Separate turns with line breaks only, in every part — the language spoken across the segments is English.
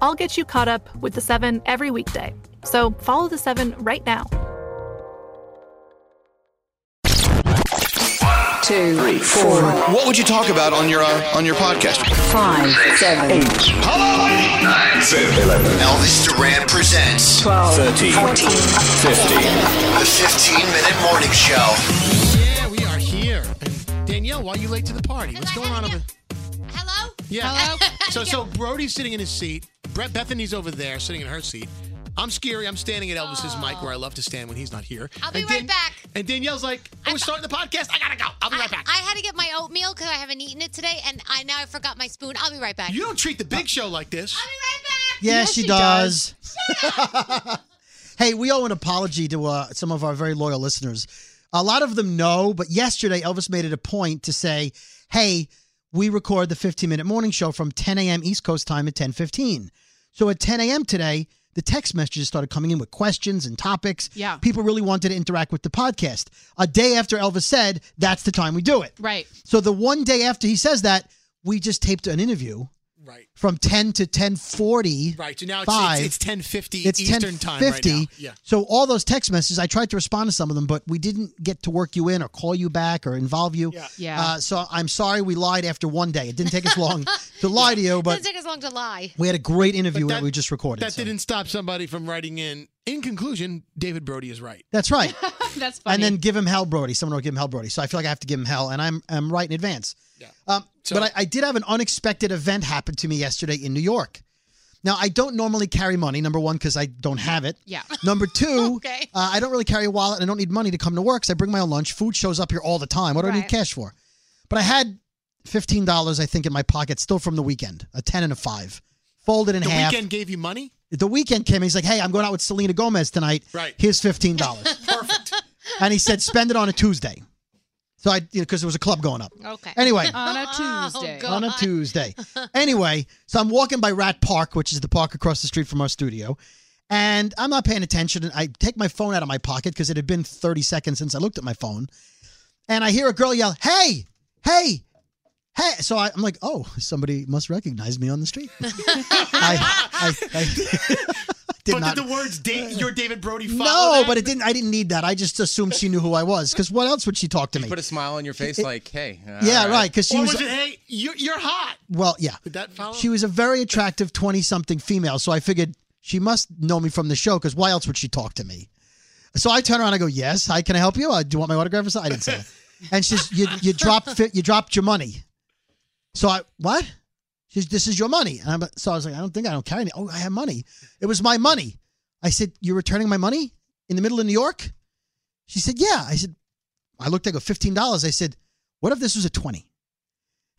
I'll get you caught up with the seven every weekday. So follow the seven right now.
two, three, four,
What would you talk about on your uh, on your podcast?
five, seven, eight,
Elvis Duran presents
twelve, fourteen.
the 15 minute morning show.
Yeah, we are here. And Danielle, why are you late to the party? What's going on over?
Hello?
Yeah. So so Brody's sitting in his seat. Brett Bethany's over there, sitting in her seat. I'm scary. I'm standing at Elvis's mic where I love to stand when he's not here.
I'll be
And
right back.
And Danielle's like, oh, we're starting the podcast. I gotta go. I'll be right
I,
back.
I had to get my oatmeal because I haven't eaten it today, and I now I forgot my spoon. I'll be right back.
you don't treat the big show like this.
I'll be right back.
Uh, Yes, she, does. hey, we owe an apology to uh, some of our very loyal listeners. A lot of them know, but yesterday Elvis made it a point to say, "Hey, we record the 15-minute morning show from 10 a.m. East Coast time at 10:15." So at 10 a.m. today, the text messages started coming in with questions and topics.
Yeah.
people really wanted to interact with the podcast. A day after Elvis said, "That's the time we do it."
Right.
So the one day after he says that, we just taped an interview
Right.
from 10 to 10:40.
Right. So now it's
Five.
it's, it's 10:50
It's
Eastern
10:50.
time right now. Yeah.
So all those text messages, I tried to respond to some of them, but we didn't get to work you in or call you back or involve you.
Yeah.
Yeah.
Uh, so I'm sorry we lied after one day. It didn't take us long to lie to you,
Doesn't
but
take us long to lie.
we had a great interview
But
that, we just recorded.
That
so-
didn't stop somebody from writing in. In conclusion, David Brody is right.
That's right.
That's funny.
and then give him hell, Brody. Someone will give him hell, Brody. So I feel like I have to give him hell, and I'm I'm right in advance.
Yeah.
Um,
So-
but I, I did have an unexpected event happen to me yesterday in New York. Now I don't normally carry money. Number one, because I don't have it.
Yeah.
Number two,
Okay.
uh, I don't really carry a wallet, and I don't need money to come to work because I bring my own lunch. Food shows up here all the time. What do I need
Right.
cash for? But I had fifteen dollars, I think, in my pocket, still from the weekend, a ten and a five, folded in
The
half.
weekend gave you money.
The weekend came and he's like, hey, I'm going out with Selena Gomez tonight.
Right.
Here's $15. Perfect. And he said, spend it on a Tuesday. So I, because there was a club going up.
Okay.
Anyway.
on a Tuesday.
Oh,
on a Tuesday. anyway, so I'm walking by Rat Park, which is the park across the street from our studio, and I'm not paying attention. And I take my phone out of my pocket because it had been 30 seconds since I looked at my phone, and I hear a girl yell, "Hey, hey, hey!" So I, I'm like, "Oh, somebody must recognize me on the street." I, I, I did
but
not.
did the words da- "Your David Brody" follow
no,
that?
but it didn't. I didn't need that. I just assumed she knew who I was because what else would she talk to me?
Put a smile on your face,
It-
like, hey.
yeah, right. Because she
Or
was.
was it, "Hey, you're, you're hot"?
Well, yeah.
Did that follow?
She was a very attractive 20 something female. So I figured she must know me from the show because why else would she talk to me? So I turn around and I go, Yes, hi, can I help you? Uh, do you want my autograph or something? I didn't say that. And she says, you, you, dropped, fi- you dropped your money. So I, What? She says, This is your money. And I'm, so I was like, I don't think I don't carry any. Oh, I have money. It was my money. I said, You're returning my money in the middle of New York? She said, Yeah. I said, I looked, I go, $15. I said, What if this was a 20?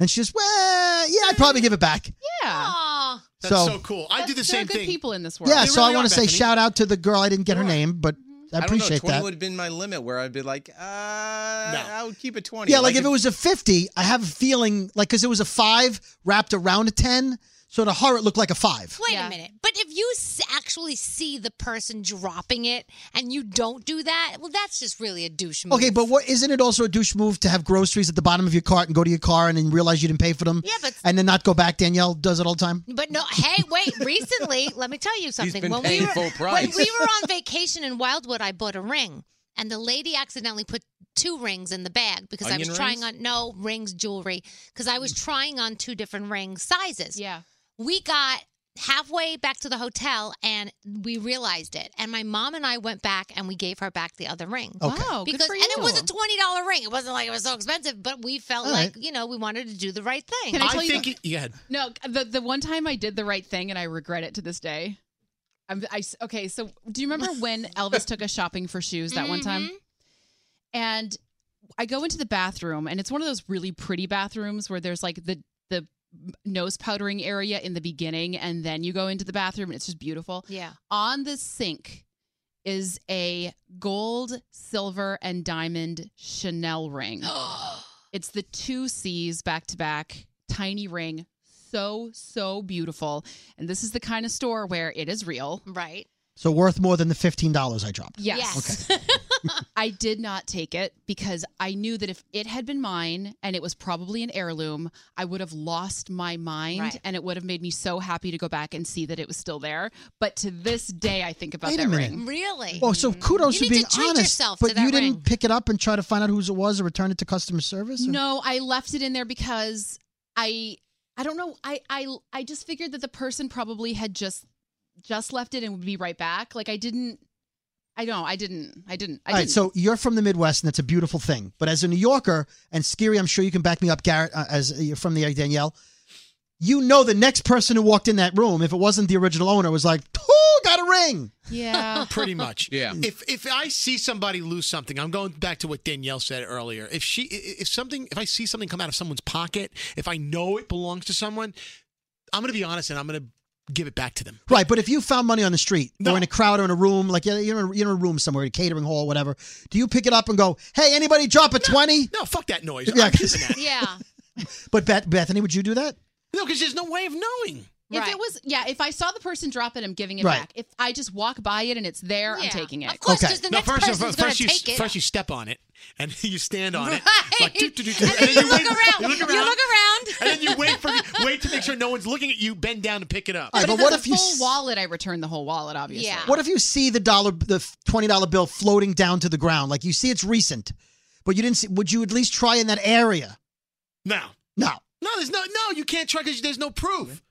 And she says, Well, yeah, I'd probably give it back.
Yeah.
Oh.
That's so,
so-
cool. I did the
There are
same
good
thing.
people in this world.
Yeah, so I want to say shout out to the girl. I didn't get her name, but Mm-hmm. I
I don't know.
appreciate
20
that.
would have been my limit where I'd be like, uh, I would keep it 20.
yeah, like, if it was a 50, I have a feeling, like, because it was a five wrapped around a 10. So to her, it looked like a five.
Wait a minute. But if you s- actually see the person dropping it and you don't do that, well, that's just really a douche move.
Okay, but what isn't it also a douche move to have groceries at the bottom of your cart and go to your car and then realize you didn't pay for them?
Yeah, but-
and then not go back. Danielle does it all the time.
But no, hey, wait. Recently, let me tell you something.
been
when
paying
we were,
full
When
price.
we were on vacation in Wildwood, I bought a ring, and the lady accidentally put two rings in the bag because I was
Onion
trying on no rings jewelry because I was trying on two different ring sizes.
Yeah.
We got halfway back to the hotel and we realized it. And my mom and I went back and we gave her back the other ring.
Okay. Wow, good
because
for
and it was
you.
a twenty dollar ring. It wasn't like it was so expensive, but we felt
Oh,
All
like
right.
you know we wanted to do the right thing.
Can I I tell you think the-
Yeah. had-
No, the the one time I did the right thing and I regret it to this day. I'm, I s- okay. So do you remember when Elvis took us shopping for shoes that one time?
Mm-hmm.
And I go into the bathroom and it's one of those really pretty bathrooms where there's like the the nose powdering area in the beginning and then you go into the bathroom and it's just beautiful.
Yeah.
On the sink is a gold, silver, and diamond Chanel ring. it's the two C's back to back, tiny ring. So, so beautiful. And this is the kind of store where it is real.
Right.
So worth more than the $15 I dropped.
Yes. I did not take it because I knew that if it had been mine and it was probably an heirloom, I would have lost my mind
Right.
and it would have made me so happy to go back and see that it was still there. But to this day, I think about
Wait a
that
minute.
ring.
Really?
Oh, so
You
kudos for
need
being
to treat
honest.
yourself to
but
that
you didn't
ring.
pick it up and try to find out whose it was or return it to customer service? or-
No, I left it in there because I I don't know. I I I just figured that the person probably had just just left it and would be right back. Like I didn't I don't I didn't I didn't I
All right,
didn't.
so you're from the Midwest, and that's a beautiful thing. But as a New Yorker, and Scary, I'm sure you can back me up, Garrett, uh, as you're from the area, Danielle. You know, the next person who walked in that room, if it wasn't the original owner, was like, "Who got a ring?"
Yeah.
Pretty much.
Yeah.
If if I see somebody lose something, I'm going back to what Danielle said earlier. If she i- if something if I see something come out of someone's pocket, if I know it belongs to someone, I'm going to be honest and I'm going to give it back to them.
Right, but if you found money on the street or in a crowd or in a room, like you're you're in a, you're in a room somewhere, a catering hall, whatever, do you pick it up and go, "Hey, anybody, drop a 20?
No, fuck that noise.
Yeah,
I'm keeping that.
yeah.
But Beth, Bethany, would you do that?
No, because there's no way of knowing.
If it was yeah, if I saw the person drop it, I'm giving it
Right.
back. If I just walk by it and it's there, I'm taking it. Of
course, Okay. 'cause the
No,
next
first,
person's
first,
gonna
first you
take it.
first you step on it and you stand on it.
Right.
Like, doo, doo, doo, doo,
And then
then
you look
wait-
around.
You look
You
around.
look around.
And then you wait for wait to make sure no one's looking at you. Bend down and pick it up.
All right, but
But,
what
if it's
if you
a full
s-
wallet, I return the whole wallet, obviously.
What if you see the dollar, the twenty dollar bill floating down to the ground, like you see it's recent, but you didn't see? Would you at least try in that area?
No.
No.
No, there's no no. You can't try because there's no proof.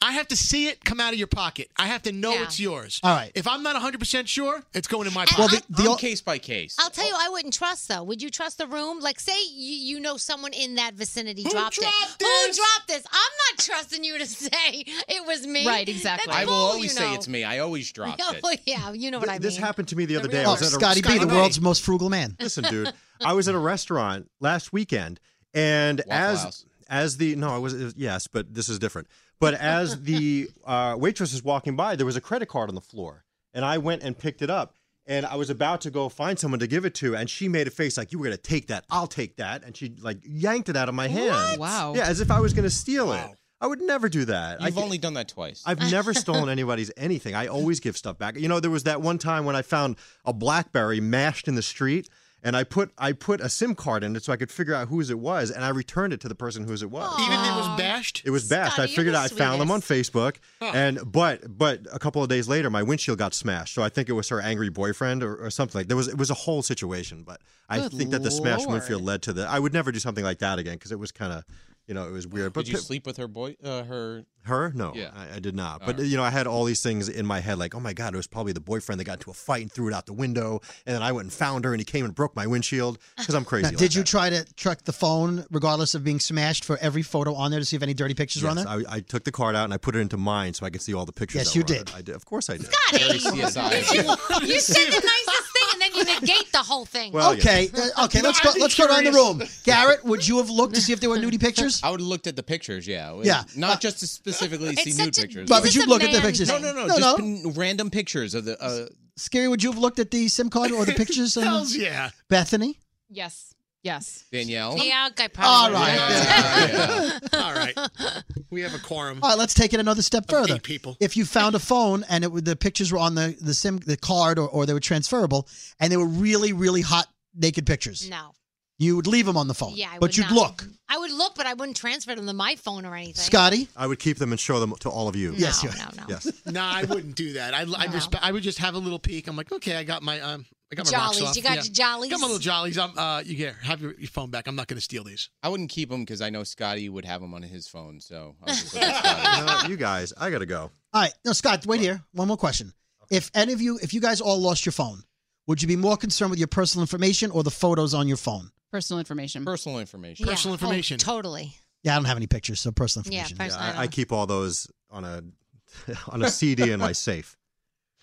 I have to see it come out of your pocket. I have to know it's yours.
All right.
If I'm not 100 percent sure, it's going in my pocket.
Well, the- the- I'm
case by case.
I'll tell you, I wouldn't trust though. Would you trust the room? Like, say you, you know someone in that vicinity
Who
dropped,
dropped
it. Who dropped this? I'm not trusting you to say it was me. That's
I will
bull,
always
you know.
say it's me. I always drop it.
Oh yeah, you know what I mean.
This happened to me the other day. I
Oh,
was at a-
Scotty B, the
Scotty
world's most frugal man.
Listen, dude, I was at a restaurant last weekend, and as
House.
as the no, I was it was- yes, but this is different. But as the uh, waitress was walking by, there was a credit card on the floor, and I went and picked it up. And I was about to go find someone to give it to, and she made a face like, "You were gonna take that? I'll take that." And she like yanked it out of my hand.
What? Wow.
Yeah, as if I was gonna steal it. I would never do that.
You've
I,
only done that twice.
I've never stolen anybody's anything. I always give stuff back. You know, there was that one time when I found a BlackBerry mashed in the street, and I put I put a SIM card in it so I could figure out whose it was, and I returned it to the person whose it was.
Even if it was bashed?
It was bashed.
Scotty,
I figured
you're
out I
the
found them on Facebook,
Huh.
and but but a couple of days later, my windshield got smashed. So I think it was her angry boyfriend or, or something. There was it was a whole situation, but I
Good
think that the smashed
Lord.
windshield led to the. I would never do something like that again because it was kind of you know it was weird. But
Did you
pi-
sleep with her boy? Uh, her.
her? No,
Yeah.
I, I did not.
All
But
right.
you know, I had all these things in my head, like, oh my god, it was probably the boyfriend that got into a fight and threw it out the window, and then I went and found her, and he came and broke my windshield because I'm crazy.
Now,
like
did you try to track the phone, regardless of being smashed, for every photo on there to see if any dirty pictures were on
Yes,
there?
I, I took the card out and I put it into mine so I could see all the pictures.
Yes,
that
you
were on
did.
it. I did. Of course, I did.
Scotty.
CSI.
you said the nicest thing, and then you negate the whole thing.
Well, yeah.
okay, uh, okay. Let's go. Let's go around the room. Garrett, would you have looked to see if there were nudie pictures?
I would have looked at the pictures, yeah.
Yeah. Uh,
Not just to specifically see nude pictures.
But would you look at the pictures?
No, no, no.
no,
just
no.
pin- random pictures of the. Uh,
Scary. Would you have looked at the SIM card or the pictures? uh, on-
Hells yeah.
Bethany.
Yes. Yes.
Danielle.
Yeah, guy probably.
All right.
All right. We have a quorum.
All right, let's take it another step further.
Mm. eight people.
If you found a phone and it, would- the pictures were on the, the SIM the card or, or they were transferable and they were really really hot naked pictures,
No.
you would leave them on the phone.
Yeah, I
Oh, but
would
you'd
not.
look,
I would look, but I wouldn't transfer them to my phone or anything.
Scotty.
I would keep them and show them to all of you.
Yes, No,
you- no, no.
Yes.
No, I wouldn't do that. I, I, respe- I would just have a little peek. I'm like, okay, I got my um, I got my rocks
Jollies.
off.
You got
Yeah.
your jollies?
Got my little jollies. I'm uh, you get have your, your phone back. I'm not going to steal these.
I wouldn't keep them because I know Scotty would have them on his phone. So I was just
No, you guys, I gotta go.
All right, no, Scott, wait here. One more question. If any of you, if you guys all lost your phone, would you be more concerned with your personal information or the photos on your phone?
Personal information.
Personal information.
Personal information.
totally.
Yeah, I don't have any pictures, so personal
Yeah,
information.
personal, I
I, I keep all those on a on a CD in my safe.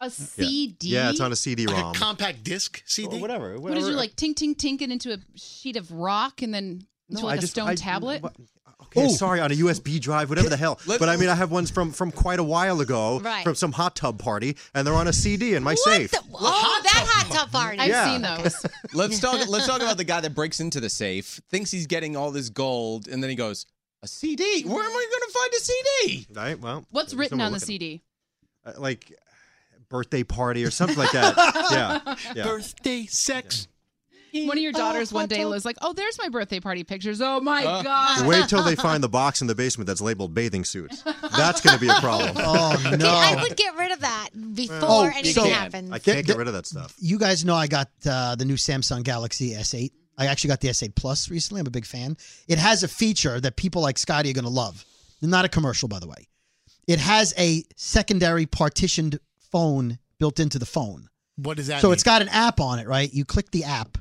A
Yeah.
CD.
Yeah, it's on a CD-ROM.
compact disc CD.
Or whatever.
What did you like? Tink, tink, tink it into a sheet of rock and then into
No,
like
I
a
just-
stone
I-
tablet.
Okay, sorry, on a USB drive, whatever the hell. but I mean, I have ones from from quite a while ago,
Right.
from some hot tub party, and they're on a CD in my safe.
Oh, that hot tub party.
I've seen those.
let's talk. Let's talk about the guy that breaks into the safe, thinks he's getting all this gold, and then he goes, "A CD? Where am I going to find a CD?"
Right. Well,
What's
there's
written
someone
on the
looking.
CD?
Uh, like birthday party or something like that. yeah. yeah.
Birthday sex.
One of your daughters one day was like, "Oh, there's my birthday party pictures. Oh my god!"
Uh, Wait till they find the box in the basement that's labeled bathing suits. That's going to be a problem.
Oh no! Oh,
I would get rid of that before
Well,
anything
so-
happens.
I can't get rid of that stuff.
you guys know I got uh, the new Samsung Galaxy S8. I actually got the S8 Plus recently. I'm a big fan. It has a feature that people like Scotty are going to love. Not a commercial, by the way. It has a secondary partitioned phone built into the phone.
What does that?
so
mean?
it's got an app on it, right? You click the app,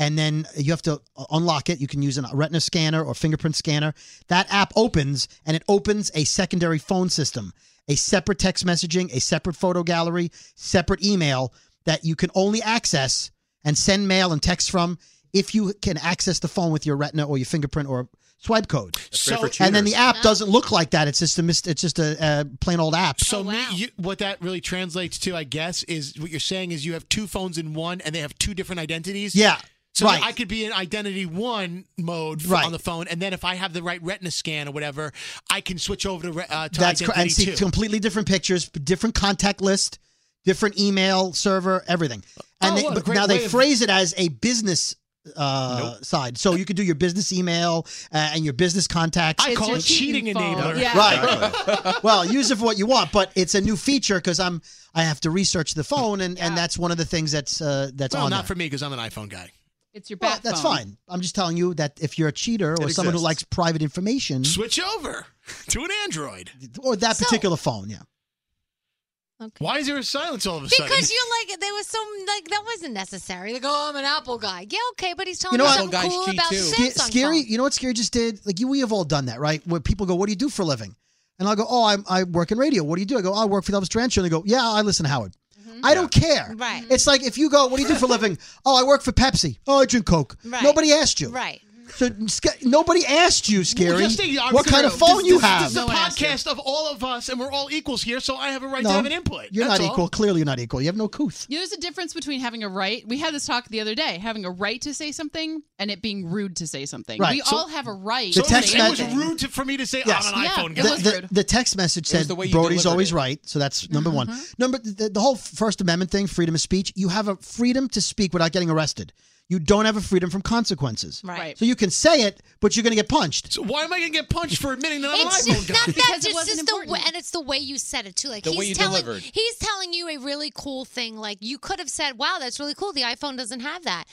and then you have to unlock it. You can use a retina scanner or fingerprint scanner. That app opens, and it opens a secondary phone system, a separate text messaging, a separate photo gallery, separate email that you can only access and send mail and text from if you can access the phone with your retina or your fingerprint or swipe code.
great for
and then the
cheaters.
app doesn't look like that. It's just a mis- it's just a uh, plain old app.
So me, you, what that really translates to, I guess, is what you're saying is you have two phones in one, and they have two different identities.
Yeah,
So
right.
I could be in identity one mode f-
Right.
on the phone, and then if I have the right retina scan or whatever, I can switch over to, re- uh, to
That's
identity
correct. And see
two.
completely different pictures, different contact list, different email server, everything. And
Oh,
they,
what a
but
great
now they
way of-
phrase it as a business uh, side, so you could do your business email uh, and your business contacts.
I call it cheating enabler.
Right. well, use it for what you want, but it's a new feature because I'm I have to research the phone, and, and that's one of the things that's uh, that's
Well,
on.
not
there.
for me because I'm an iPhone guy.
It's your
Well,
bat
that's
phone.
fine. I'm just telling you that if you're a cheater or
It
someone who
exists.
likes private information
Switch over to an Android.
or that particular phone, yeah.
Why is there a silence all of a sudden?
Because you're like, there was some, like, that wasn't necessary. Like, oh, I'm an Apple guy. Yeah, okay, but he's telling
You know
me
what?
something cool about
Sca-
Samsung.
Scary, you know what Scary just did? Like you, we have all done that, right? Where people go, "What do you do for a living?" And I'll go, "Oh, I'm, I work in radio." What do you do? I go, "Oh, "I work for the Elvis Duran Show." And they go, "Yeah, I listen to Howard." I don't care.
Mm-hmm. Right.
It's like if you go, "What do you do for a living?" "Oh, I work for Pepsi." "Oh, I drink Coke."
Right.
Nobody asked you.
Right.
So Sca- nobody asked you,
Well,
Scary,
just think, I'm
what kind
true.
of phone
This-
you
this-
have.
This is a podcast of all of us, and we're all equals here, so I have a right
No,
to have an input.
You're
That's
not
all.
equal. Clearly, you're not equal. You have no couth.
You know, there's a difference between having a right. We had this talk the other day, having a right to say something and it being rude to say something.
Right,
We
so-
all have a right.
The
to
text
say
me-
It was
something.
rude to, for me to say
Yes.
I'm an
Yeah.
iPhone
It
guy.
was
the, the, the text message said
the way you
Brody's
delivered
always
it.
right. So that's number one.
Mm-hmm.
Number the, the whole First Amendment thing, freedom of speech. You have a freedom to speak without getting arrested. You don't have a freedom from consequences.
Right.
So you can say it, but you're going to get punched.
So why am I going to get punched for admitting that I'm
It's
an
just
iPhone guy?
not that.
Because it
it's
wasn't
just the way, and it's the way you said it too. Like
The
he's
way you
telling,
delivered.
he's telling you a really cool thing. Like you could have said, "Wow, that's really cool." The iPhone doesn't have that,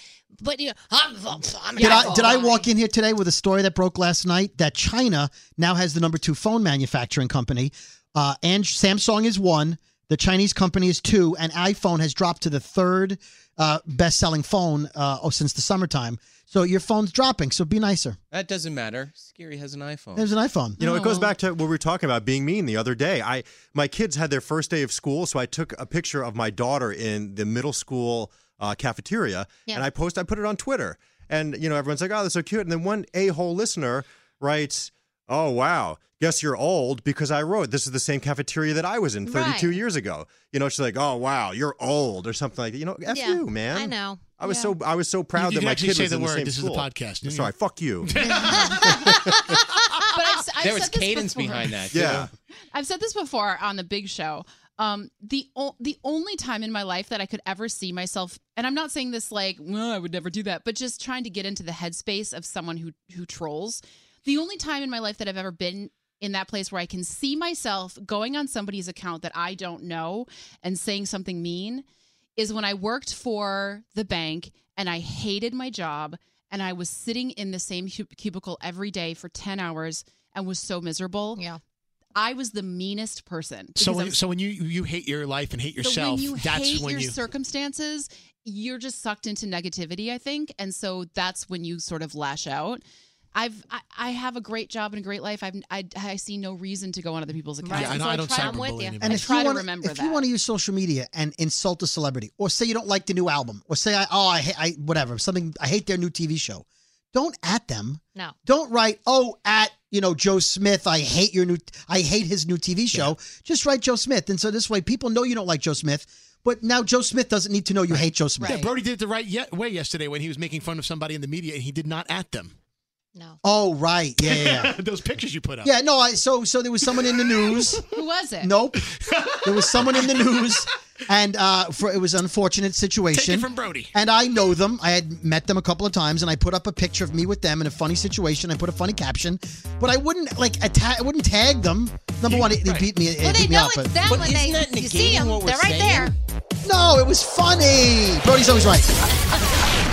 but you, I'm, I'm an
Did I
iPhone
did I
guy."
walk in here today with a story that broke last night that China now has the number two phone manufacturing company, uh, and Samsung is one, the Chinese company is two, and iPhone has dropped to the third uh, best selling phone uh, oh, since the summertime. So your phone's dropping. So be nicer.
That doesn't matter. Scary has an iPhone.
There's an iPhone.
You know, it goes back to what we were talking about being mean the other day. I my kids had their first day of school, so I took a picture of my daughter in the middle school uh, cafeteria,
Yeah.
and I post. I put it on Twitter, and you know, everyone's like, "Oh, that's so cute." And then one a-hole listener writes, "Oh, wow, guess you're old because I wrote this is the same cafeteria that I was in 32
Right.
years ago." You know, she's like, "Oh, wow, you're old" or something like that. You know, f
Yeah,
you, man.
I know.
I was
Yeah.
so I was so proud
you
that
can
my
actually
kid
say
was
the
in
word.
the same
This is the
school.
podcast, didn't
Sorry, fuck you.
But I've, s- I've
there was
said this
cadence
before.
behind that.
yeah.
too.
I've said this before on the big show. Um, the o- the only time in my life that I could ever see myself, and I'm not saying this like, well, I would never do that, but just trying to get into the headspace of someone who who trolls. The only time in my life that I've ever been in that place where I can see myself going on somebody's account that I don't know and saying something mean is when I worked for the bank and I hated my job and I was sitting in the same cub- cubicle every day for 10 hours and was so miserable.
Yeah.
I was the meanest person. because
So
I
when,
was-
so when you you hate your life and hate
so
yourself,
when you
that's
hate
when
your
you.
circumstances, you're just sucked into negativity, I think. And so that's when you sort of lash out. I've I, I have a great job and a great life. I've, I I see no reason to go on other people's accounts.
Yeah, I
And
know-
so
I don't
try,
cyberbully I'm with you. anybody.
I
if
try
you
to
wanna,
remember
if
that.
you want to use social media and insult a celebrity, or say you don't like the new album, or say I oh I, ha- I whatever something I hate their new TV show, don't at them.
No.
Don't write oh at you know Joe Smith. I hate your new I hate his new TV show. Just write Joe Smith, and so this way people know you don't like Joe Smith. But now Joe Smith doesn't need to know you hate Joe Smith.
Yeah, Brody did it the right ye- way yesterday when he was making fun of somebody in the media and he did not at them.
Oh right, yeah, yeah, yeah.
Those pictures you put up.
Yeah, no, I so so there was someone in the news.
Who was it?
Nope. There was someone in the news and uh for it was an unfortunate situation.
Take it from Brody.
And I know them. I had met them a couple of times and I put up a picture of me with them in a funny situation. I put a funny caption, but I wouldn't like atta- I wouldn't tag them. Number one, it, it beat me. It
Well, they
beat me
know
up,
it's
but-
them when they you see them. They're right there.
No, it was funny. Brody's always right.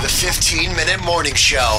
The 15 Minute Morning Show.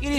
It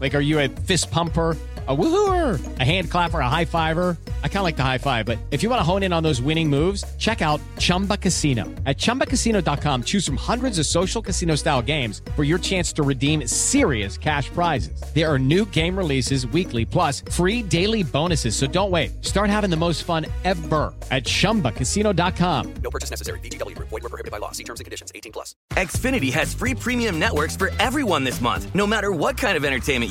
Like, are you a fist pumper? A woohooer, a hand clapper, a high fiver. I kind of like the high five, but if you want to hone in on those winning moves, check out Chumba Casino. At chumbacasino.com, choose from hundreds of social casino style games for your chance to redeem serious cash prizes. There are new game releases weekly, plus free daily bonuses. So don't wait. Start having the most fun ever at chumbacasino.com.
No purchase necessary. VGW Group. Void were prohibited by law. See terms and conditions. 18 plus.
Xfinity has free premium networks for everyone this month, no matter what kind of entertainment